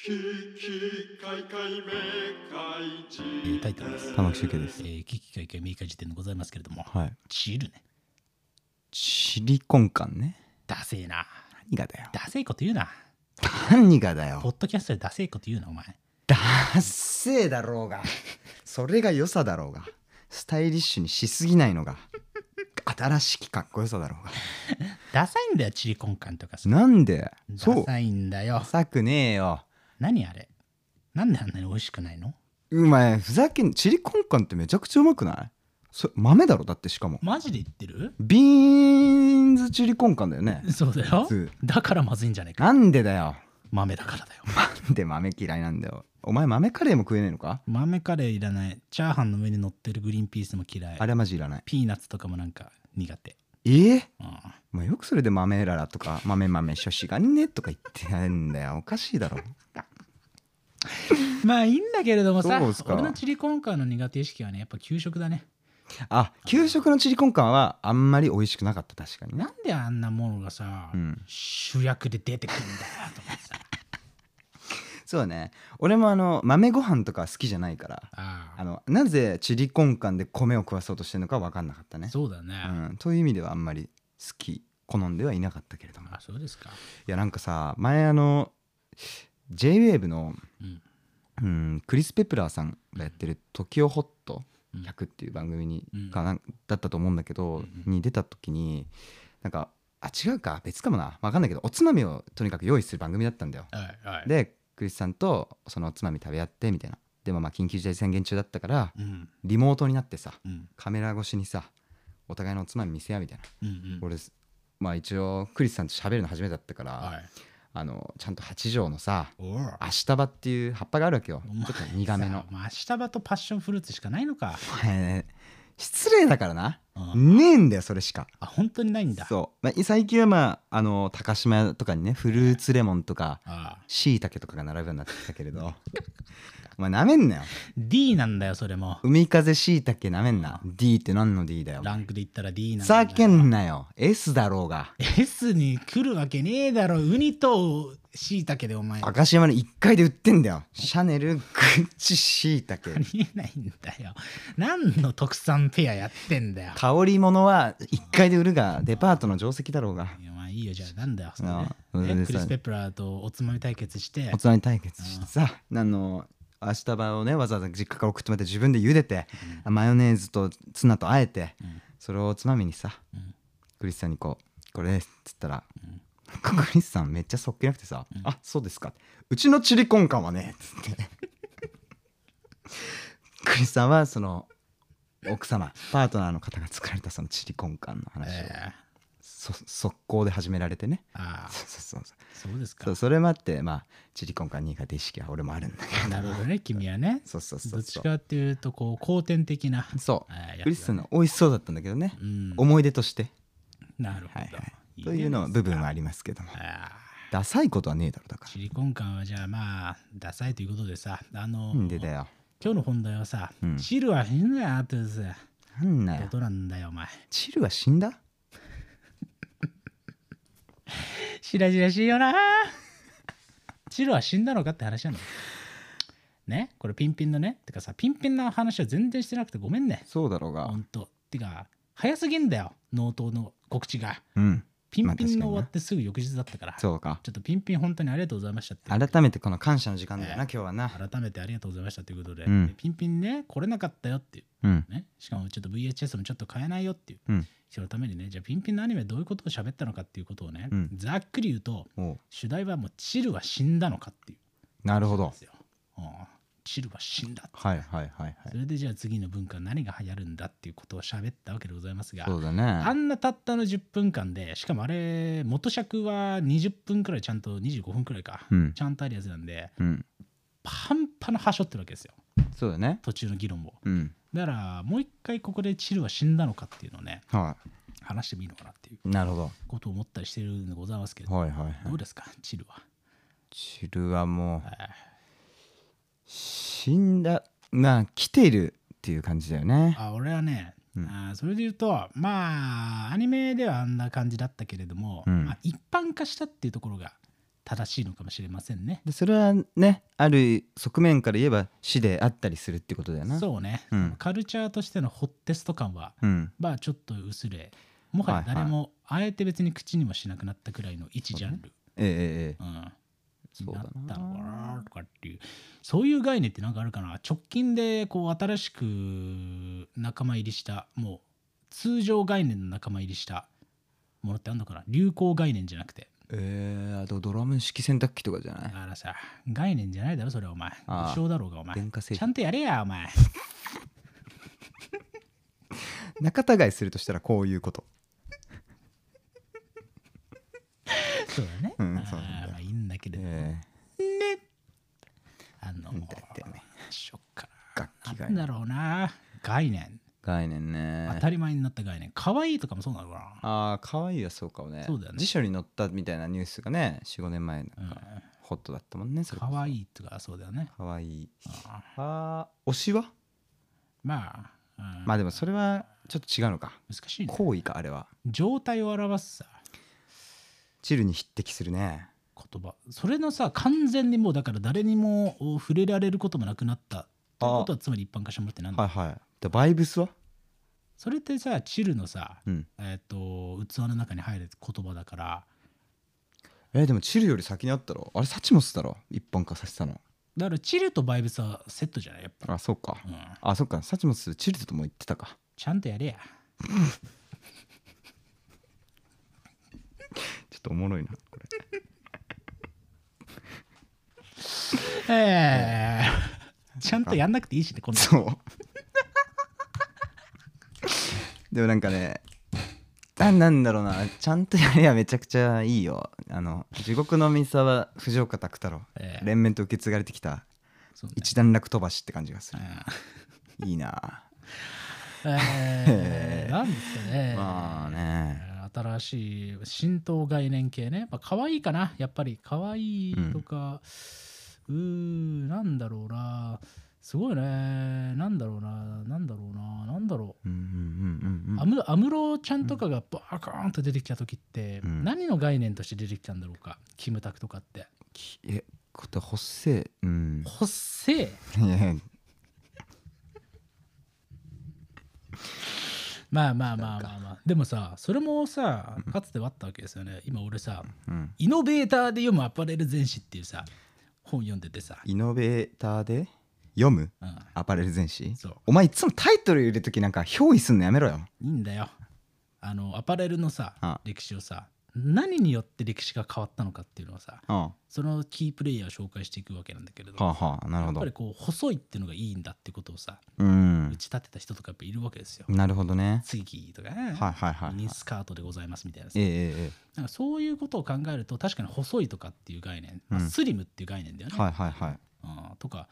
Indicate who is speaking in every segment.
Speaker 1: ききかいかいめかいじ
Speaker 2: えータイトルです。
Speaker 3: 玉木周慶です
Speaker 2: え。ー、危機開会明快時点でございますけれども、
Speaker 3: はい。
Speaker 2: チルね。
Speaker 3: シリコン感ね。
Speaker 2: ダセえな。
Speaker 3: 何がだよ。
Speaker 2: ダセえこと言うな。
Speaker 3: 何がだ
Speaker 2: ポ
Speaker 3: よ。
Speaker 2: ッドキャストでダセえこと言うな、お前。
Speaker 3: ダッセーだろうが。 それが良さだろうが。スタイリッシュにしすぎないのが。新しきかっこよさだろうが。
Speaker 2: ダサいんだよ、チリコンカンとかさ。
Speaker 3: なんでそう
Speaker 2: ダ。サいんだよ
Speaker 3: ダ。サくねえよ。
Speaker 2: 何あれなんであんなに美味しくないの
Speaker 3: うまい。ふざけん、チリコンカンってめちゃくちゃうまくないそ豆だろだってしかも。
Speaker 2: マジで言ってる
Speaker 3: ビーンズチリコンカンだよね。
Speaker 2: そうだよ
Speaker 3: 普。通
Speaker 2: だからまずいんじゃないか。
Speaker 3: なんでだよ。
Speaker 2: 豆だからだよ。
Speaker 3: なんで豆嫌いなんだよ。お前豆カレーも食えねえのか
Speaker 2: 豆カレーいらない。チャーハンの上に乗ってるグリーンピースも嫌い
Speaker 3: あ。れはマジいらない。
Speaker 2: ピーナッツとかもなんか苦手。
Speaker 3: えー、
Speaker 2: うん
Speaker 3: お前よくそれで豆ララとか豆豆しょしがんねとか言ってやるんだよ。おかしいだろ。
Speaker 2: まあいいんだけれどもさ
Speaker 3: そうっす、か
Speaker 2: 俺のチリコンカンの苦手意識はね、やっぱ給食だね。
Speaker 3: あ、給食のチリコンカンはあんまり美味しくなかった確かに
Speaker 2: な
Speaker 3: な。
Speaker 2: んであんなものがさ、
Speaker 3: うん
Speaker 2: 主役で出てくるんだよと思ってさ。
Speaker 3: そうね。俺もあの豆ご飯とか好きじゃないから。
Speaker 2: あ
Speaker 3: あ
Speaker 2: あ
Speaker 3: のなぜチリコンカンで米を食わそうとしてるのか分かんなかったね。
Speaker 2: そうだね。
Speaker 3: うん、という意味ではあんまり好き好んではいなかったけれどもい
Speaker 2: あそうですか。
Speaker 3: やなんかさ前あの JWAVE の、
Speaker 2: うん
Speaker 3: うん、クリス・ペプラーさんがやってる「時をホット
Speaker 2: うん
Speaker 3: 100」っていう番組に、
Speaker 2: うん
Speaker 3: かなんだったと思うんだけど、
Speaker 2: うんう
Speaker 3: に出た時になんかあ違うか別かもな分かんないけどおつまみをとにかく用意する番組だったんだよ。
Speaker 2: はいはい。
Speaker 3: でクリスさんとそのおつまみ食べ合ってみたいな。でもまあ緊急事態宣言中だったから
Speaker 2: うん
Speaker 3: リモートになってさ
Speaker 2: うん
Speaker 3: カメラ越しにさお互いのおつまみ見せ合うみたいな、
Speaker 2: うんうん。
Speaker 3: 俺まあ一応クリスさんと喋るの初めてだったから、
Speaker 2: はい。
Speaker 3: あのちゃんと八条のさ
Speaker 2: おお。
Speaker 3: アシタバっていう葉っぱがあるわけよ
Speaker 2: お前
Speaker 3: ちょっと苦めの
Speaker 2: さ。まあ、明日場とパッションフルーツしかないのか。
Speaker 3: お前ね失礼だからな
Speaker 2: うん
Speaker 3: ねえんだよそれしか
Speaker 2: あ、本当にないんだ。
Speaker 3: そう、まあ、最近はまああの高島屋とかにねフルーツレモンとか
Speaker 2: ああ
Speaker 3: しいたけとかが並ぶようになってきたけれど お前なめんなよ
Speaker 2: D なんだよ、それも。
Speaker 3: 海風しいたけなめんな D って何の D だよ
Speaker 2: ランクで言ったら D なん
Speaker 3: ふ
Speaker 2: だよ。
Speaker 3: ざけんなよ S だろうが
Speaker 2: S に来るわけねえだろウニとしいたけでお前あ
Speaker 3: 赤島の1階で売ってんだよシャネルグッチしい たけ
Speaker 2: りえないんだよ何の特産ペアやってんだよ
Speaker 3: 香り物は1階で売るがデパートの定石だろうが
Speaker 2: いやまあいいよじゃあなんだよそれ
Speaker 3: ああ
Speaker 2: ね
Speaker 3: う
Speaker 2: ね
Speaker 3: る
Speaker 2: ク
Speaker 3: さい
Speaker 2: リス・ペプラーとおつまみ対決して
Speaker 3: おつまみ対決してさあの明日場をねわざわざ実家から送ってもらって自分で茹でてマヨネーズとツナとあえて
Speaker 2: うん
Speaker 3: それをおつまみにさ
Speaker 2: うん
Speaker 3: クリスさんにこう「これです」っつったら
Speaker 2: うん
Speaker 3: なんかクリスさんめっちゃそっけなくてさ「あそうですか」うちのチリコンカンはね」っつって クリスさんはその奥様パートナーの方が作られたそのチリコンカンの話を
Speaker 2: ええ
Speaker 3: そ速攻で始められてね
Speaker 2: ああ
Speaker 3: そうそうそうそう
Speaker 2: そうです
Speaker 3: そ
Speaker 2: か
Speaker 3: うそれもあってまあチリコンカン苦手意識は俺もあるんだけど
Speaker 2: なるほどね君はね
Speaker 3: そうそうそ
Speaker 2: どっ
Speaker 3: う
Speaker 2: ち
Speaker 3: そう
Speaker 2: かっていうとこう後天的な
Speaker 3: そう
Speaker 2: ああやつだね
Speaker 3: クリスさんの美味しそうだったんだけどね、
Speaker 2: うん
Speaker 3: 思い出として
Speaker 2: なるほ
Speaker 3: はい
Speaker 2: ど
Speaker 3: はい
Speaker 2: い
Speaker 3: というのは
Speaker 2: ね
Speaker 3: 部分はありますけども
Speaker 2: ああ
Speaker 3: ダサいことはねえだろだか
Speaker 2: シリコンカンはじゃあまあダサいということでさあの
Speaker 3: らなんでだよ
Speaker 2: 今日の本題はさ、
Speaker 3: うん
Speaker 2: チルは変だなってさ
Speaker 3: なんだよ
Speaker 2: ことなんだよお前
Speaker 3: チルは死んだ
Speaker 2: しらじらしいよな チルは死んだのかって話なのねこれピンピンのねてかさピンピンの話は全然してなくてごめんね
Speaker 3: そうだろうが
Speaker 2: ほんとてか早すぎんだよ納刀の告知が
Speaker 3: うん
Speaker 2: ピンピン
Speaker 3: まあ確かに
Speaker 2: の
Speaker 3: な
Speaker 2: 終わってすぐ翌日だったから、
Speaker 3: そうか
Speaker 2: ちょっとピンピン本当にありがとうございましたって
Speaker 3: 改めてこの感謝の時間だよな、
Speaker 2: え
Speaker 3: 今日はな
Speaker 2: 改めてありがとうございましたということで、
Speaker 3: うん
Speaker 2: でピンピンね来れなかったよっていう
Speaker 3: うん
Speaker 2: ね、しかもちょっと VHS もちょっと変えないよっていう、
Speaker 3: うん
Speaker 2: 人のためにねじゃあピンピンのアニメどういうことを喋ったのかっていうことをね、
Speaker 3: うん
Speaker 2: ざっくり言うと
Speaker 3: おう
Speaker 2: 主題はもうチルは死んだのかってい
Speaker 3: なるほ
Speaker 2: うん
Speaker 3: ど
Speaker 2: ですよ、うんチルは死んだって
Speaker 3: はいはいはいはい
Speaker 2: それでじゃあ次の文化何が流行るんだっていうことを喋ったわけでございますが、
Speaker 3: そうだ
Speaker 2: あ
Speaker 3: ね
Speaker 2: んなたったの10分間でしかもあれ元尺は20分くらいちゃんと25分くらいか、
Speaker 3: うん
Speaker 2: ちゃんとあるやつなんで
Speaker 3: うん
Speaker 2: 半端な端折ってるわけですよ
Speaker 3: そうだね
Speaker 2: 途中の議論を
Speaker 3: うん
Speaker 2: だからもう一回ここでチルは死んだのかっていうのをね
Speaker 3: は
Speaker 2: 話してもいいのかなっていう
Speaker 3: いなるほ
Speaker 2: ことを思ったりしてるんでございますけど、
Speaker 3: どはいはいはい
Speaker 2: どうですか、チルは。
Speaker 3: チルはもう
Speaker 2: はい
Speaker 3: 死んだまあ来てるっていう感じだよね
Speaker 2: あ俺はね、
Speaker 3: うん
Speaker 2: あーそれで言うと、まあ、アニメではあんな感じだったけれども、
Speaker 3: うん
Speaker 2: まあ、一般化したっていうところが正しいのかもしれませんね。
Speaker 3: でそれはねある側面から言えば死であったりするってことだよなう、
Speaker 2: そうね、
Speaker 3: ん
Speaker 2: カルチャーとしてのホッテスト感は、
Speaker 3: うん、
Speaker 2: まあちょっと薄れ、もはや誰もあえて別に口にもしなくなったくらいの一ジャンル。
Speaker 3: ええええええ
Speaker 2: うん
Speaker 3: そうだ
Speaker 2: なったのか
Speaker 3: な
Speaker 2: なとかっていうそういう概念ってなんかあるかな直近でこう新しく仲間入りしたもう通常概念の仲間入りしたものってあんのかな流行概念じゃなくて
Speaker 3: ええあとドラム式洗濯機とかじゃない
Speaker 2: だからさ概念じゃないだろそれお前
Speaker 3: ああ
Speaker 2: 一生だろうがお前
Speaker 3: 電化製
Speaker 2: ちゃ
Speaker 3: 品
Speaker 2: んとやれやお 前
Speaker 3: 仲違いするとしたらこういうこと
Speaker 2: そうだね、
Speaker 3: うん
Speaker 2: ああ
Speaker 3: そうなんだよ
Speaker 2: まあいいんだけれども、
Speaker 3: え
Speaker 2: ねあの
Speaker 3: うんだってね
Speaker 2: しょっか
Speaker 3: え楽器
Speaker 2: な
Speaker 3: 概
Speaker 2: なんだ
Speaker 3: 念
Speaker 2: ろうな概念
Speaker 3: 概念
Speaker 2: 当
Speaker 3: ね
Speaker 2: たり前になった概念可愛いとかもそうなのかな
Speaker 3: ああ可愛いはそうかもね
Speaker 2: そうだよね
Speaker 3: 辞書に載ったみたいなニュースがね45年前なんか
Speaker 2: うん
Speaker 3: ホットだったもんねそれこそ
Speaker 2: 可愛いとかそうだよね。
Speaker 3: 可愛い
Speaker 2: ああ
Speaker 3: あー推しは
Speaker 2: まあ、うん
Speaker 3: まあでもそれはちょっと違うのか
Speaker 2: 難しいね。
Speaker 3: 行為かあれは
Speaker 2: 状態を表すさ
Speaker 3: チルに匹敵するね
Speaker 2: 言葉。それのさ完全にもうだから誰にもお触れられることもなくなった。ということはつまり一般化したものってなんだ、
Speaker 3: はいはいでバイブスは
Speaker 2: それってさチルのさ、
Speaker 3: うん
Speaker 2: えっと器の中に入る言葉だから
Speaker 3: えーでもチルより先にあったろあれサチモスだろ一般化させたの
Speaker 2: だからチルとバイブスはセットじゃないやっぱ、
Speaker 3: あそうか
Speaker 2: うん、
Speaker 3: あそっかサチモスチルとも言ってたか
Speaker 2: ちゃんとやれや
Speaker 3: ちょっとおもろいなこれ
Speaker 2: ええ ちゃんとやんなくていい しねこんなの
Speaker 3: そう でもなんかねなんなんだろうなちゃんとやれやめちゃくちゃいいよあの地獄の三沢藤岡拓太郎、
Speaker 2: ええ
Speaker 3: 連綿と受け継がれてきた
Speaker 2: そうね
Speaker 3: 一段落飛ばしって感じがす
Speaker 2: う
Speaker 3: る
Speaker 2: ん
Speaker 3: いいな
Speaker 2: えー、 なんですかね。
Speaker 3: まあね
Speaker 2: 新しい浸透概念系ね。まあ、可愛いかな、やっぱり。可愛いとか、うーん、なんだろうな。すごいね。なんだろうな。なんだろうな。なんだろう。
Speaker 3: うんうんうんうん
Speaker 2: 安室安室ちゃんとかがバーカーンと出てきた時って、
Speaker 3: うん
Speaker 2: 何の概念として出てきたんだろうかキムタクとかって。
Speaker 3: きえことほっせえうん
Speaker 2: ほっせえ
Speaker 3: いや
Speaker 2: まあまあまあまあまあでもさそれもさかつてはあったわけですよね今俺さ
Speaker 3: うん
Speaker 2: イノベーターで読むアパレル全史っていうさ本読んでてさ、
Speaker 3: イノベーターで読む
Speaker 2: うん、
Speaker 3: アパレル全史
Speaker 2: そう
Speaker 3: お前いつもタイトル入れるときなんか憑依すんのやめろよ
Speaker 2: いいんだよあのアパレルのさ
Speaker 3: あ
Speaker 2: 歴史をさ何によって歴史が変わったのかっていうのをさ
Speaker 3: うんは
Speaker 2: そのキープレイヤーを紹介していくわけなんだけれど
Speaker 3: あはあな
Speaker 2: や
Speaker 3: るほ
Speaker 2: っぱ
Speaker 3: ど
Speaker 2: りこう細いっていうのがいいんだってことをさ
Speaker 3: うん
Speaker 2: 打ち立てた人とかやっぱいるわけですよ。
Speaker 3: なるほどね。
Speaker 2: ツイギーとか、
Speaker 3: はいはいはい、はい
Speaker 2: ミニ。スカートでございますみたいなさ
Speaker 3: えええ
Speaker 2: なんかそういうことを考えると確かに細いとかっていう概念、まあ
Speaker 3: うん
Speaker 2: スリムっていう概念だよ
Speaker 3: え
Speaker 2: ね、
Speaker 3: はいはいはい。
Speaker 2: うんとか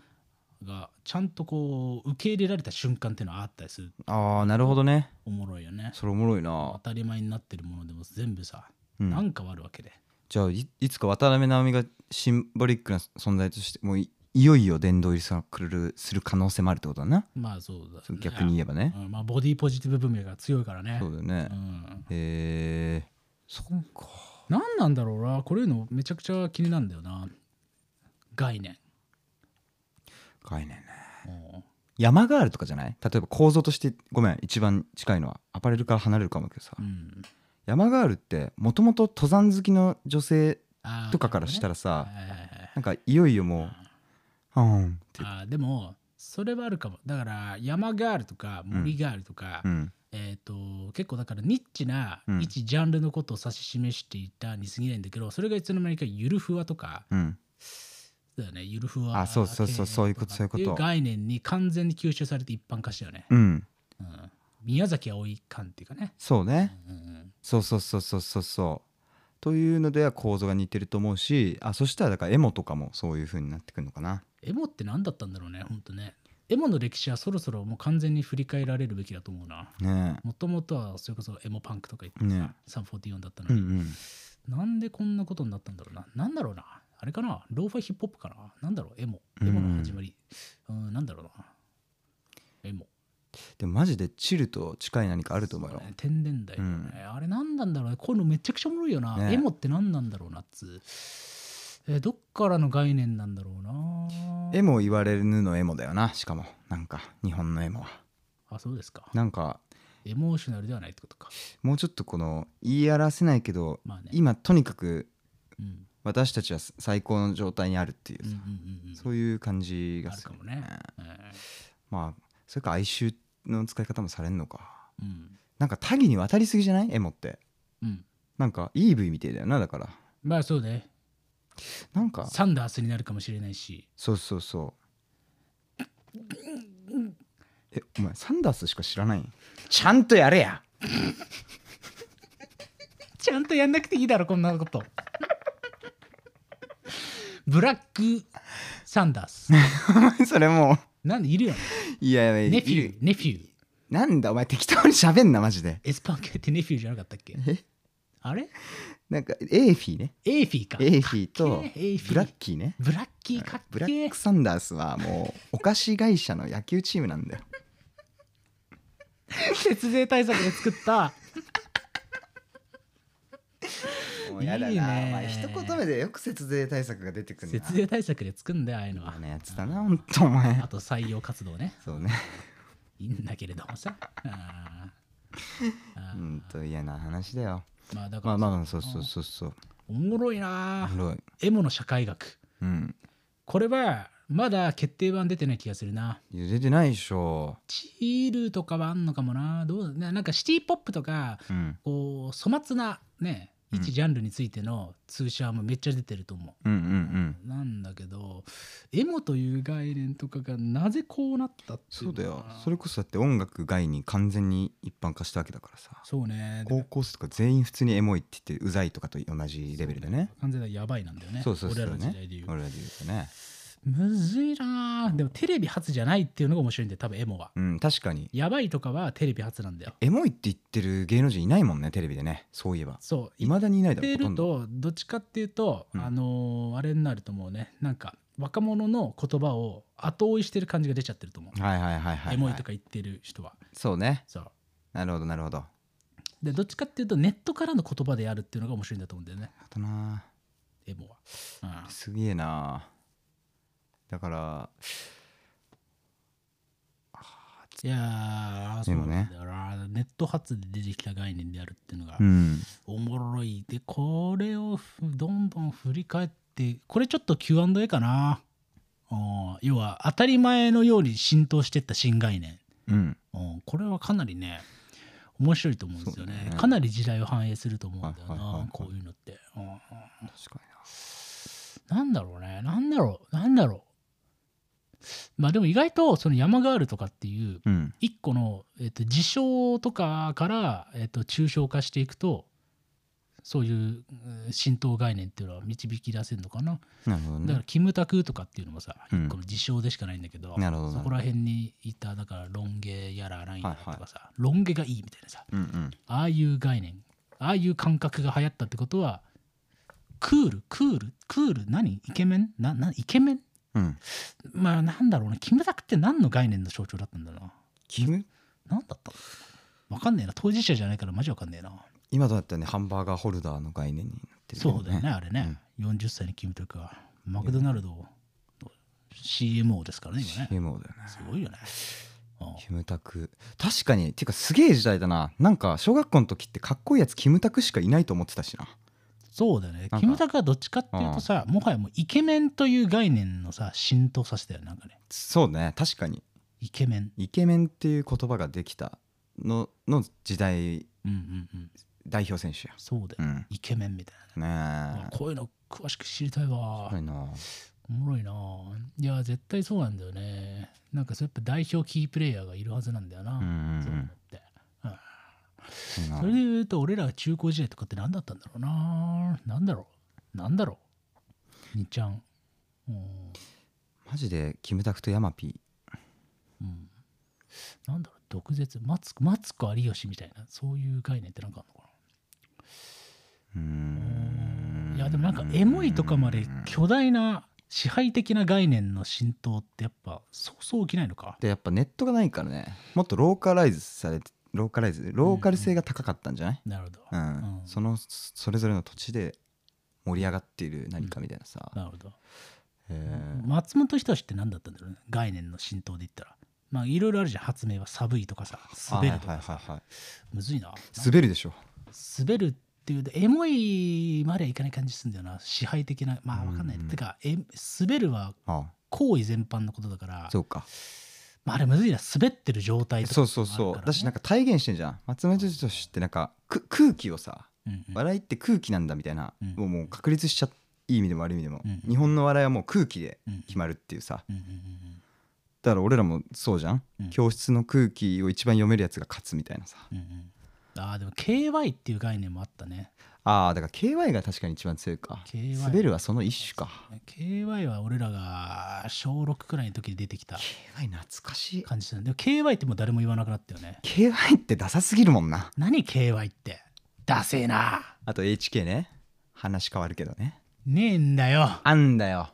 Speaker 2: がちゃんとこう受け入れられた瞬間っていうのはあったりする
Speaker 3: ああなるほどね。
Speaker 2: おもろいよね
Speaker 3: それおもろい
Speaker 2: 当
Speaker 3: な。
Speaker 2: たり前になってるものでも全部さ、
Speaker 3: うん
Speaker 2: なんかはあるわけで
Speaker 3: じゃあいいつか渡辺直美がシンボリックな存在としてもういいよいよ殿堂入りさくるする可能性もあるってことだな。
Speaker 2: まあそうだ、
Speaker 3: そう逆に言えばね。
Speaker 2: うんまあ、ボディポジティブ文明が強いからね
Speaker 3: そうだよね
Speaker 2: う。ん、
Speaker 3: ええそっか。
Speaker 2: 何なんだろうなこれいうのめちゃくちゃ気になるんだよな概念
Speaker 3: 概念ね。
Speaker 2: うん
Speaker 3: 山ガールとかじゃない例えば構造としてごめん一番近いのはアパレルから離れるかもだけどさ、
Speaker 2: うん
Speaker 3: 山ガールってもともと登山好きの女性
Speaker 2: あー
Speaker 3: とかからしたら
Speaker 2: な
Speaker 3: さ、
Speaker 2: るほどねはいはいはい
Speaker 3: なんかいよいよもう、うん、って
Speaker 2: あーでもそれはあるかもだから山ガールとか森ガールとか、
Speaker 3: うん、
Speaker 2: えー、と結構だからニッチな
Speaker 3: うん
Speaker 2: 一ジャンルのことを指し示していたに過ぎないんだけど、それがいつの間にかゆるふわとか
Speaker 3: うん、
Speaker 2: そうだよねゆるふわ
Speaker 3: あそうそうそう
Speaker 2: 系
Speaker 3: そういうこと
Speaker 2: か
Speaker 3: そういうこと
Speaker 2: って概念に完全に吸収されて一般化したよね、
Speaker 3: うん、
Speaker 2: うん、宮崎あおい感っていうかね、
Speaker 3: そうね、
Speaker 2: うんうん
Speaker 3: そうそうそうそうそうそう。というのでは構造が似てると思うし、あ、そしたらだからエモとかもそういう風になってくるのかな。
Speaker 2: エモって何だったんだろうねほんとねエモの歴史はそろそろもう完全に振り返られるべきだと思うな
Speaker 3: ね
Speaker 2: もともとはそれこそエモパンクとか言って
Speaker 3: え、ね
Speaker 2: サン44だった
Speaker 3: え、う
Speaker 2: の
Speaker 3: ん
Speaker 2: に、
Speaker 3: うん。
Speaker 2: なんでこんなことになったんだろうな。なんだろうな。あれかな。ローファイヒップホップかな。なんだろう。エモ。エモの始まり。うん、なんだろうな。エモ。
Speaker 3: でもマジでチルと近い何かあると思うよ。
Speaker 2: ね天然だよね。あれなんなんだろうね。こういうのめちゃくちゃおもろいよな。
Speaker 3: ね
Speaker 2: エモって何なんだろうなっつう。えーどっからの概念なんだろうな
Speaker 3: エモ言われるぬのエモだよなしかもなんか日本のエモは
Speaker 2: あそうですか
Speaker 3: なんか
Speaker 2: エモーショナルではないってことか
Speaker 3: もうちょっとこの言い表せないけど、
Speaker 2: まあね
Speaker 3: 今とにかく
Speaker 2: うん
Speaker 3: 私たちは最高の状態にあるっていう
Speaker 2: うんう
Speaker 3: さ
Speaker 2: ん、うんうん
Speaker 3: そういう感じが
Speaker 2: ある
Speaker 3: す
Speaker 2: か
Speaker 3: る
Speaker 2: もね、え
Speaker 3: まあそれか哀愁の使い方もされんのか
Speaker 2: ーうん
Speaker 3: なんか多義に渡りすぎじゃないエモって
Speaker 2: うん
Speaker 3: なんか EV みたいだよなだから
Speaker 2: まあそうね
Speaker 3: なんか
Speaker 2: サンダースになるかもしれないし
Speaker 3: そうそうそうえお前サンダースしか知らないちゃんとやれや
Speaker 2: ちゃんとやんなくていいだろこんなこと ブラックサンダース
Speaker 3: お前 それも
Speaker 2: なんでいるよね
Speaker 3: ういやいや
Speaker 2: ネフ
Speaker 3: い
Speaker 2: ィ
Speaker 3: る
Speaker 2: ーネフィー
Speaker 3: なんだお前適当に喋んなマジで
Speaker 2: エスパン系ってネフィーじゃなかったっけ
Speaker 3: え
Speaker 2: あれ
Speaker 3: なんかエーフィーね
Speaker 2: エイフィーか
Speaker 3: エーフィー
Speaker 2: か
Speaker 3: と
Speaker 2: っけーエイフィー
Speaker 3: ブラッキーね
Speaker 2: ブラッキーかっ
Speaker 3: ブラ
Speaker 2: け
Speaker 3: ッ
Speaker 2: え
Speaker 3: クサンダースはもうお菓子会社の野球チームなんだよ
Speaker 2: 節税対策で作った
Speaker 3: もうやだな、
Speaker 2: いいね
Speaker 3: お前一言目でよく節税対策が出てくるな
Speaker 2: 節税対策で作んだよああいうのは
Speaker 3: 嫌なやつだなほんとお前
Speaker 2: あと採用活動ね
Speaker 3: そうね
Speaker 2: いいんだけれどもさあーあ
Speaker 3: ほ
Speaker 2: ー
Speaker 3: んと嫌な話だよ
Speaker 2: まあだか
Speaker 3: ま
Speaker 2: らさ
Speaker 3: あまあまあそうそうそうそう
Speaker 2: おもろいな
Speaker 3: おもろい
Speaker 2: エモの社会学
Speaker 3: うん
Speaker 2: これはまだ決定版出てない気がするな
Speaker 3: いや出てないでしょ
Speaker 2: チールとかはあんのかもなどうななんかシティポップとか
Speaker 3: うん
Speaker 2: こう粗末なね
Speaker 3: うん
Speaker 2: 一ジャンルについての通社もめっちゃ出てると思う
Speaker 3: うんうんうん
Speaker 2: なんだけどエモという概念とかがなぜこうなったってい
Speaker 3: そうう
Speaker 2: のか
Speaker 3: だ
Speaker 2: な
Speaker 3: よそれこそだって音楽外に完全に一般化したわけだからさ
Speaker 2: そうね
Speaker 3: 高校生とか全員普通にエモいって言ってうざいとかと同じレベルでね
Speaker 2: 完全なやばいなんだよね
Speaker 3: そうそうそう
Speaker 2: 俺らの時代
Speaker 3: ね
Speaker 2: で言う
Speaker 3: 俺らで言うとね
Speaker 2: むずいなあでもテレビ初じゃないっていうのが面白いんだよ多分エモは
Speaker 3: うん確かに
Speaker 2: やばいとかはテレビ初なんだよ
Speaker 3: エモいって言ってる芸能人いないもんねテレビでねそういえば
Speaker 2: そう
Speaker 3: いまだにいないだろ
Speaker 2: 言
Speaker 3: ほ
Speaker 2: って
Speaker 3: とん
Speaker 2: る
Speaker 3: ど
Speaker 2: とどっちかっていうと、
Speaker 3: うん
Speaker 2: あのーあれになると思うねなんか若者の言葉を後追いしてる感じが出ちゃってると思う、
Speaker 3: はいはいはいはい、はい、
Speaker 2: エモいとか言ってる人は
Speaker 3: そうね
Speaker 2: そう
Speaker 3: なるほどなるほどあ
Speaker 2: でどっちかっていうとネットからの言葉でやるっていうのが面白いんだと思うんだよね
Speaker 3: とな
Speaker 2: エモは、うん
Speaker 3: すげえなだから
Speaker 2: いやー
Speaker 3: で
Speaker 2: そうな
Speaker 3: も
Speaker 2: ん
Speaker 3: ね
Speaker 2: だよなネット発で出てきた概念であるっていうのが
Speaker 3: うん
Speaker 2: おもろいでこれをふどんどん振り返ってこれちょっと Q&A かなうん要は当たり前のように浸透してった新概念
Speaker 3: うん
Speaker 2: うんこれはかなりね面白いと思うんですよね
Speaker 3: そうだね
Speaker 2: かなり時代を反映すると思うんだよな、
Speaker 3: はいはいはいはい
Speaker 2: こういうのって、うんうん
Speaker 3: 確かにな
Speaker 2: なんだろうねなんだろうなんだろうまあでも意外とその山ガールとかっていう
Speaker 3: うん
Speaker 2: 一個の、えっと事象とかから、えっと抽象化していくとそういううん浸透概念っていうのは導き出せるのかな、
Speaker 3: なるほど
Speaker 2: だから
Speaker 3: ね
Speaker 2: キムタクとかっていうのもさ
Speaker 3: うん
Speaker 2: 一個の事象でしかないんだけど,、
Speaker 3: なるほどなるほど
Speaker 2: そこら辺にいただからロン毛やらラインやらとかさ、ロン毛がいいみたいなさ
Speaker 3: うんうん
Speaker 2: ああいう概念ああいう感覚が流行ったってことはクールクールクール何イケメンななイケメン
Speaker 3: うん
Speaker 2: まあなんだろうなキムタクって何の概念の象徴だったんだろうな
Speaker 3: キム
Speaker 2: 何だったのわかんねえな当事者じゃないからマジわかんねえな
Speaker 3: 今となってはねハンバーガーホルダーの概念になってるけど
Speaker 2: そうだよねあれね、40歳のキムタクはマクドナルドの CMO ですからね今ね
Speaker 3: キムだよね
Speaker 2: すごいよねうん
Speaker 3: キムタク確かにていうかすげえ時代だななんか小学校の時ってかっこいいやつキムタクしかいないと思ってたしな
Speaker 2: そうだよね
Speaker 3: なんか
Speaker 2: キムタクはどっちかっていうとさもはやもうイケメンという概念のさ浸透させたよねなんかね
Speaker 3: そうね確かに
Speaker 2: イケメン
Speaker 3: イケメンっていう言葉ができたのの時代
Speaker 2: うんうんうん
Speaker 3: 代表選手や
Speaker 2: そうだよ、
Speaker 3: うん
Speaker 2: イケメンみたいなね
Speaker 3: ね
Speaker 2: うわこういうの詳しく知りたい
Speaker 3: え
Speaker 2: わ
Speaker 3: はいな
Speaker 2: おもろいなぁいや絶対そうなんだよねなんかそうやっぱ代表キープレイヤーがいるはずなんだよな、
Speaker 3: うんうんうん
Speaker 2: そう思って、うん
Speaker 3: いいな
Speaker 2: それで言うと俺らが中高時代とかって何だったんだろうな何だろう何だろうにちゃんうん
Speaker 3: マジでキムタクとヤマピ
Speaker 2: うん何だろう毒舌マツコマツコ有吉みたいなそういう概念ってなんかあるのか
Speaker 3: ーうーん
Speaker 2: な、いやでもなんかエモいとかまで巨大な支配的な概念の浸透ってやっぱそうそう起きないのか
Speaker 3: でやっぱネットがないからねもっとローカライズされてローカライズローカル性が高かったんじゃない
Speaker 2: なるほど、
Speaker 3: うん、
Speaker 2: うん
Speaker 3: そのそれぞれの土地で盛り上がっている何かみたいなさ、
Speaker 2: なるほど。
Speaker 3: えー
Speaker 2: 松本人志って何だったんだろうね概念の浸透で言ったら。まあいろいろあるじゃん発明は寒いとかさ滑ると
Speaker 3: はい
Speaker 2: か
Speaker 3: はいはいはい
Speaker 2: むずいな
Speaker 3: 滑るでしょ
Speaker 2: 滑るっていうとエモいまではいかない感じするんだよな支配的なまあわかんない、
Speaker 3: うん
Speaker 2: てかえ滑るは
Speaker 3: あ
Speaker 2: 行為全般のことだから
Speaker 3: あそうか
Speaker 2: まあ、あれむずいな滑ってる状態とか
Speaker 3: そ
Speaker 2: も
Speaker 3: うそう
Speaker 2: ある
Speaker 3: そ
Speaker 2: から
Speaker 3: う
Speaker 2: ね
Speaker 3: だしなんか体現してんじゃん松本人志ってなんかく空気をさ
Speaker 2: うんうん
Speaker 3: 笑いって空気なんだみたいな、
Speaker 2: うん
Speaker 3: もうもう確立しちゃいい意味でも悪い意味でも、
Speaker 2: うん
Speaker 3: 日本の笑いはもう空気で
Speaker 2: うん
Speaker 3: 決まるっていうさ
Speaker 2: うんうんうん
Speaker 3: だから俺らもそうじゃん、
Speaker 2: うん
Speaker 3: 教室の空気を一番読めるやつが勝つみたいなさ
Speaker 2: うんうんうんああでも KY っていう概念もあったね
Speaker 3: ああだから KY が確かに一番強いか
Speaker 2: KY
Speaker 3: 滑るはその一種か
Speaker 2: KY は俺らが小6くらいの時に出てきた
Speaker 3: KY 懐かしい
Speaker 2: 感じなんでも KY ってもう誰も言わなくなったよね
Speaker 3: KY ってダサすぎるもんな
Speaker 2: 何 KY ってダセえな
Speaker 3: あと HK ね話変わるけどね
Speaker 2: ねえんだよ
Speaker 3: あんだよ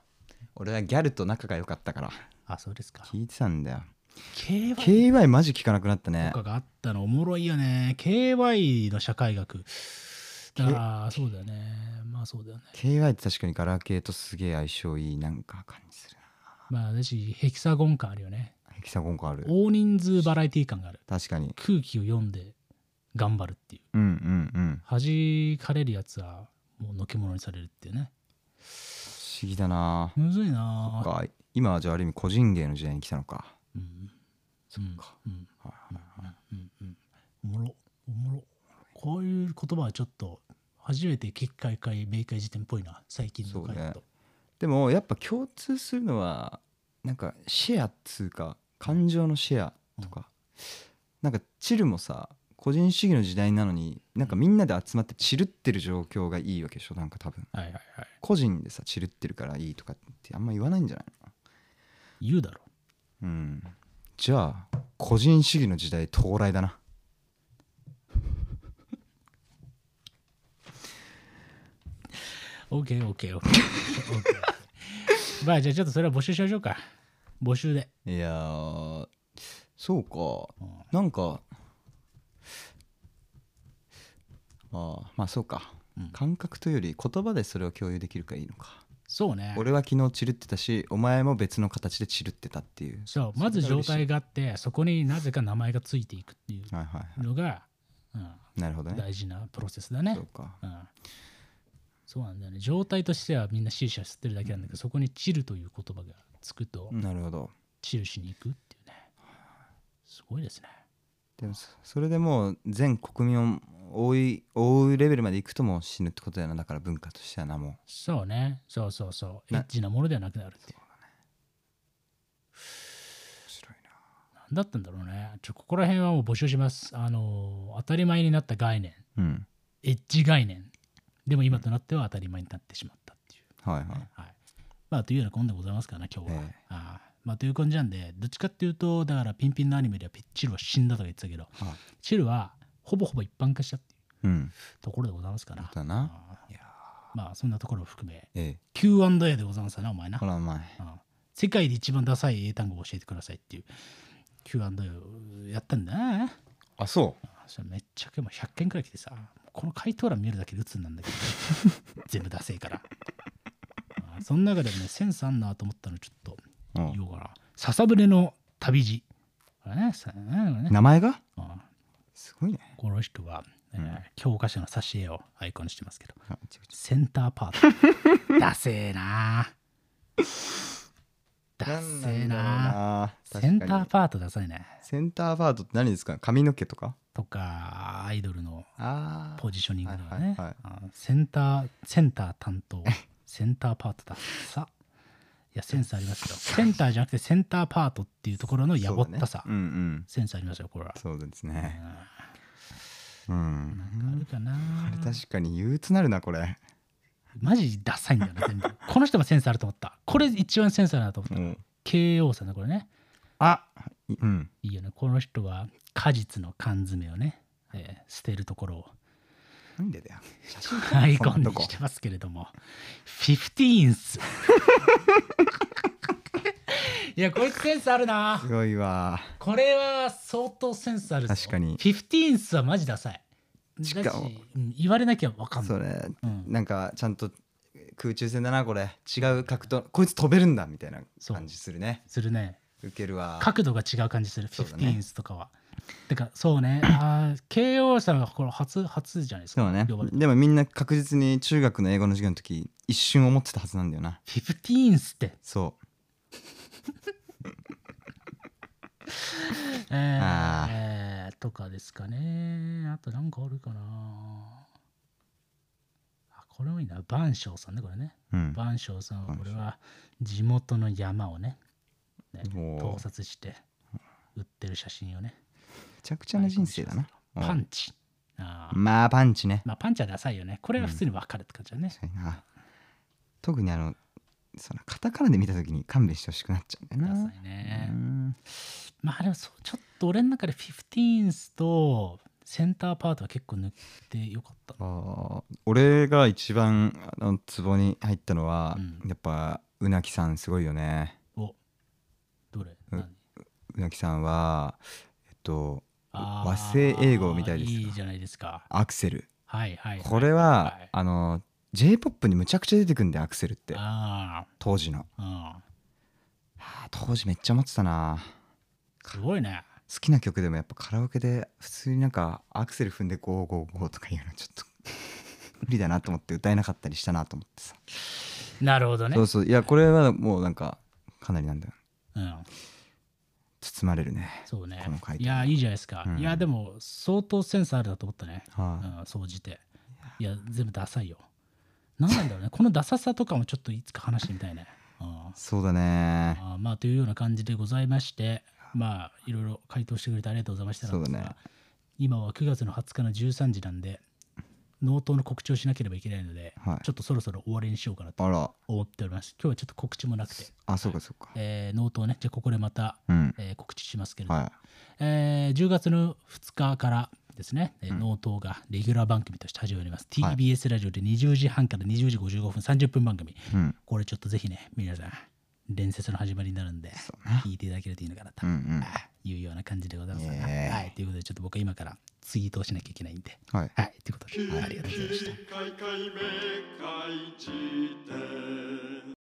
Speaker 3: 俺はギャルと仲が良かったから
Speaker 2: あそうですか
Speaker 3: 聞いてたんだよ
Speaker 2: KY
Speaker 3: KY マジ聞かなくなった
Speaker 2: と
Speaker 3: ね
Speaker 2: かがあったのおもろいよね KY の社会学だからそうだよねまあそうだよね
Speaker 3: KY って確かにガラケーとすげえ相性いいなんか感じする
Speaker 2: まあだしヘキサゴン感あるよね
Speaker 3: なヘキサゴン感ある
Speaker 2: 大人数バラエティ感がある
Speaker 3: 確かに
Speaker 2: 空気を読んで頑張るっていう
Speaker 3: うんうんうん
Speaker 2: 弾かれるやつはもうのけものにされるっていうね
Speaker 3: 不思議だな
Speaker 2: むずいな
Speaker 3: そっか今はじゃあある意味個人芸の時代に来たのか
Speaker 2: うん
Speaker 3: そっか
Speaker 2: うん
Speaker 3: はい
Speaker 2: うんうんおもろおもろこういう言葉はちょっと初めて結界会明会辞典っぽいな最近の回だと、
Speaker 3: でもやっぱ共通するのはなんかシェアっつうか感情のシェアとか、なんかチルもさ個人主義の時代なのになんかみんなで集まってチルってる状況がいいわけでしょなんか多分
Speaker 2: はいはいはい
Speaker 3: 個人でさチルってるからいいとかってあんま言わないんじゃない
Speaker 2: 言うだろ
Speaker 3: のうんじゃあ個人主義の時代到来だな
Speaker 2: オッケーオッ ケーオッケーオッケーまあじゃあちょっとそれは募集しましょうか募集で
Speaker 3: いやーそうか
Speaker 2: うん
Speaker 3: なんかああまあそうか、
Speaker 2: うん
Speaker 3: 感覚というより言葉でそれを共有できるからいいのか
Speaker 2: そうね
Speaker 3: 俺は昨日チルってたしお前も別の形でチルってたっていう
Speaker 2: そうまず
Speaker 3: それが
Speaker 2: 状
Speaker 3: 嬉しい
Speaker 2: 態があってそこになぜか名前がついていくってい
Speaker 3: はいはいは
Speaker 2: うのが、うん、
Speaker 3: いなるほどね
Speaker 2: 大事なプロセスだね
Speaker 3: そう。か
Speaker 2: うん、そうなんだよね。状態としてはみんな C 社吸ってるだけなんだけど、そこにチルという言葉がつくと、
Speaker 3: なるほど
Speaker 2: チルしに行くっていうね。すごいですね。
Speaker 3: でもそそれでもう全国民を覆い覆うレベルまで行くともう死ぬってことやなだから文化としてはなも
Speaker 2: そうね。そうそうそう。エ
Speaker 3: な
Speaker 2: ッチなものではなくなるっていう。
Speaker 3: う面白いな
Speaker 2: なんだったんだろうね。ちょ、ここら辺はもう募集します。あのー当たり前になった概念。
Speaker 3: うん
Speaker 2: エッジ概念。でも今となっては当たり前になってしまったっていう。
Speaker 3: はいはい
Speaker 2: はい。まあ、というようなことでございますからね、今日は。
Speaker 3: ええ
Speaker 2: ああまあ、という感じなんで、どっちかっていうと、だから、ピンピンのアニメではピッチルは死んだとか言ってたけど、
Speaker 3: はい
Speaker 2: チルはほぼほぼ一般化したっていう
Speaker 3: うん
Speaker 2: ところでございますから。
Speaker 3: だな
Speaker 2: ああまあ、そんなところを含め、
Speaker 3: ええ
Speaker 2: Q&A でございますよね、お前な
Speaker 3: こ。の前
Speaker 2: うん世界で一番ダサい英単語を教えてくださいっていう Q&A をやったんだな。
Speaker 3: あそう
Speaker 2: それめっちゃ今100件くらい来てさこの回答欄見るだけで鬱になんだけど全部ダセえ からあその中でもねセンスあんなと思ったのちょっと
Speaker 3: うん
Speaker 2: 言おうかな笹舟の旅路これねさなんかね
Speaker 3: 名前が
Speaker 2: あ
Speaker 3: すごいね
Speaker 2: この人は、えー教科書の挿絵をアイコンにしてますけど
Speaker 3: あ違う違う
Speaker 2: センターパー トダセえなダ
Speaker 3: なん
Speaker 2: セ
Speaker 3: なん
Speaker 2: えな
Speaker 3: だろうな
Speaker 2: センター
Speaker 3: 確か
Speaker 2: パートダサいね
Speaker 3: にセンターパートって何ですか髪の毛とか
Speaker 2: とかアイドルの
Speaker 3: あ
Speaker 2: ポジショニングだよね、
Speaker 3: はいはいはい
Speaker 2: あセンターセンター担 当センターパートださいやセンスあり ますよセンターじゃなくてセンターパートっていうところのやぼったさ、
Speaker 3: そうだねうんうん
Speaker 2: センスありますよこれは
Speaker 3: そうですねうん
Speaker 2: あるかな
Speaker 3: あれ確かに憂鬱なるなこれ
Speaker 2: マジダサいんだよな全部この人もセンスあると思ったこれ一番センスあるなと思った、
Speaker 3: うん
Speaker 2: KO さんだこれね
Speaker 3: あいうん
Speaker 2: いいよねこの人は果実の缶詰をね、えー捨てるところを
Speaker 3: なんでだよ写真
Speaker 2: アイコ
Speaker 3: そ
Speaker 2: ン
Speaker 3: ん
Speaker 2: に
Speaker 3: なとこ
Speaker 2: してますけれども、フィフティーン ス。いや、こいつセンスあるな
Speaker 3: す。ごいわ
Speaker 2: これは相当センスあるぞ。
Speaker 3: 確か
Speaker 2: フ
Speaker 3: に
Speaker 2: ィフティーンスはマジダサい。
Speaker 3: しかも
Speaker 2: だしうん言われなきゃわかんな
Speaker 3: そ
Speaker 2: い。
Speaker 3: れ
Speaker 2: うん
Speaker 3: なんかちゃんと空中戦だなこれ違う角度こいつ飛べるんだみたいな
Speaker 2: そう
Speaker 3: 感じするね
Speaker 2: するね
Speaker 3: ウケるわ
Speaker 2: 角度が違う感じする
Speaker 3: そうだね
Speaker 2: 15s とかは。てかそう ねあー KO さんがこれ初初じゃないですか
Speaker 3: そうね
Speaker 2: 呼ばれて
Speaker 3: でもみんな確実に中学の英語の授業の時一瞬思ってたはずなんだよな
Speaker 2: 15s って、
Speaker 3: そう
Speaker 2: えー
Speaker 3: あー
Speaker 2: えーとかですかねあとなんかあるかなあこれもいいな番匠さんねこれね
Speaker 3: うん
Speaker 2: 番匠さんは
Speaker 3: 番
Speaker 2: こ
Speaker 3: 匠
Speaker 2: れは地元の山をねね
Speaker 3: おー
Speaker 2: 盗撮して売ってる写真をね
Speaker 3: めちゃくちゃな人生だなうん
Speaker 2: パンチあー
Speaker 3: まあパンチね
Speaker 2: まあパンチはダサいよねこれは普通に分かるって感じだね、
Speaker 3: 確かにな特にあのそのカタカナで見た時に勘弁してほしくなっちゃうんだよ
Speaker 2: ダ
Speaker 3: な
Speaker 2: サいね
Speaker 3: うん
Speaker 2: まあでもそうちょっと俺の中で 15th とセンターパートは結構抜ってよかったな
Speaker 3: あー俺が一番あのツボに入ったのは、
Speaker 2: うん
Speaker 3: やっぱうなきさんすごいよね
Speaker 2: おどれ、
Speaker 3: うん
Speaker 2: 何
Speaker 3: うなきさんはえっと
Speaker 2: あー
Speaker 3: 和製英語みたいですか
Speaker 2: いいじゃないですか
Speaker 3: アクセル
Speaker 2: はいはい、はい、
Speaker 3: これは、
Speaker 2: い
Speaker 3: あの j p o p にむちゃくちゃ出てくんだよアクセルって
Speaker 2: あ
Speaker 3: 当時の
Speaker 2: あうん
Speaker 3: あー当時めっちゃ持ってたな
Speaker 2: すごいね
Speaker 3: 好きな曲でもやっぱカラオケで普通になんかアクセル踏んで「ゴーゴーゴー」とか言うのちょっと 無理だなと思って歌えなかったりしたなと思ってさ、
Speaker 2: なるほどね
Speaker 3: そうそういやこれはもうなんかかなりなんだよ
Speaker 2: うん
Speaker 3: 包まれるね
Speaker 2: そうね
Speaker 3: この回答
Speaker 2: いやいいじゃないですか、
Speaker 3: うん
Speaker 2: いやでも相当センスあるだと思ったね
Speaker 3: は
Speaker 2: う
Speaker 3: い、
Speaker 2: ん総じていや全部ダサいよ何なんだろうねこのダサさとかもちょっといつか話してみたいね、うん
Speaker 3: そうだね
Speaker 2: あーまあというような感じでございましてまあいろいろ回答してくれてありがとうございましたなんですが
Speaker 3: そうだね
Speaker 2: 今は9月の20日の13時なんで納刀の告知をしなければいけないので、
Speaker 3: はい
Speaker 2: ちょっとそろそろ終わりにしようかなと
Speaker 3: あら
Speaker 2: 思っております今日はちょっと告知もなくて、
Speaker 3: あそうかそうか
Speaker 2: えー納刀ねじゃあここでまた、
Speaker 3: うん
Speaker 2: えー告知しますけれども、
Speaker 3: は
Speaker 2: えー10月の2日からですね、えー納刀がレギュラー番組として始まります、TBS ラジオで20時半から20時55分30分番組、
Speaker 3: い、うん、
Speaker 2: これちょっとぜひね、皆さん、伝説の始まりになるんで、聞いていただけるといいのかなと
Speaker 3: うんうん
Speaker 2: いうような感じでございますが、
Speaker 3: ねえ
Speaker 2: はい。ということで、ちょっと僕は今からツイートをしなきゃいけないんで、
Speaker 3: はい
Speaker 2: はい。ということで、ありがとうございました。
Speaker 1: かいかいめかいじてん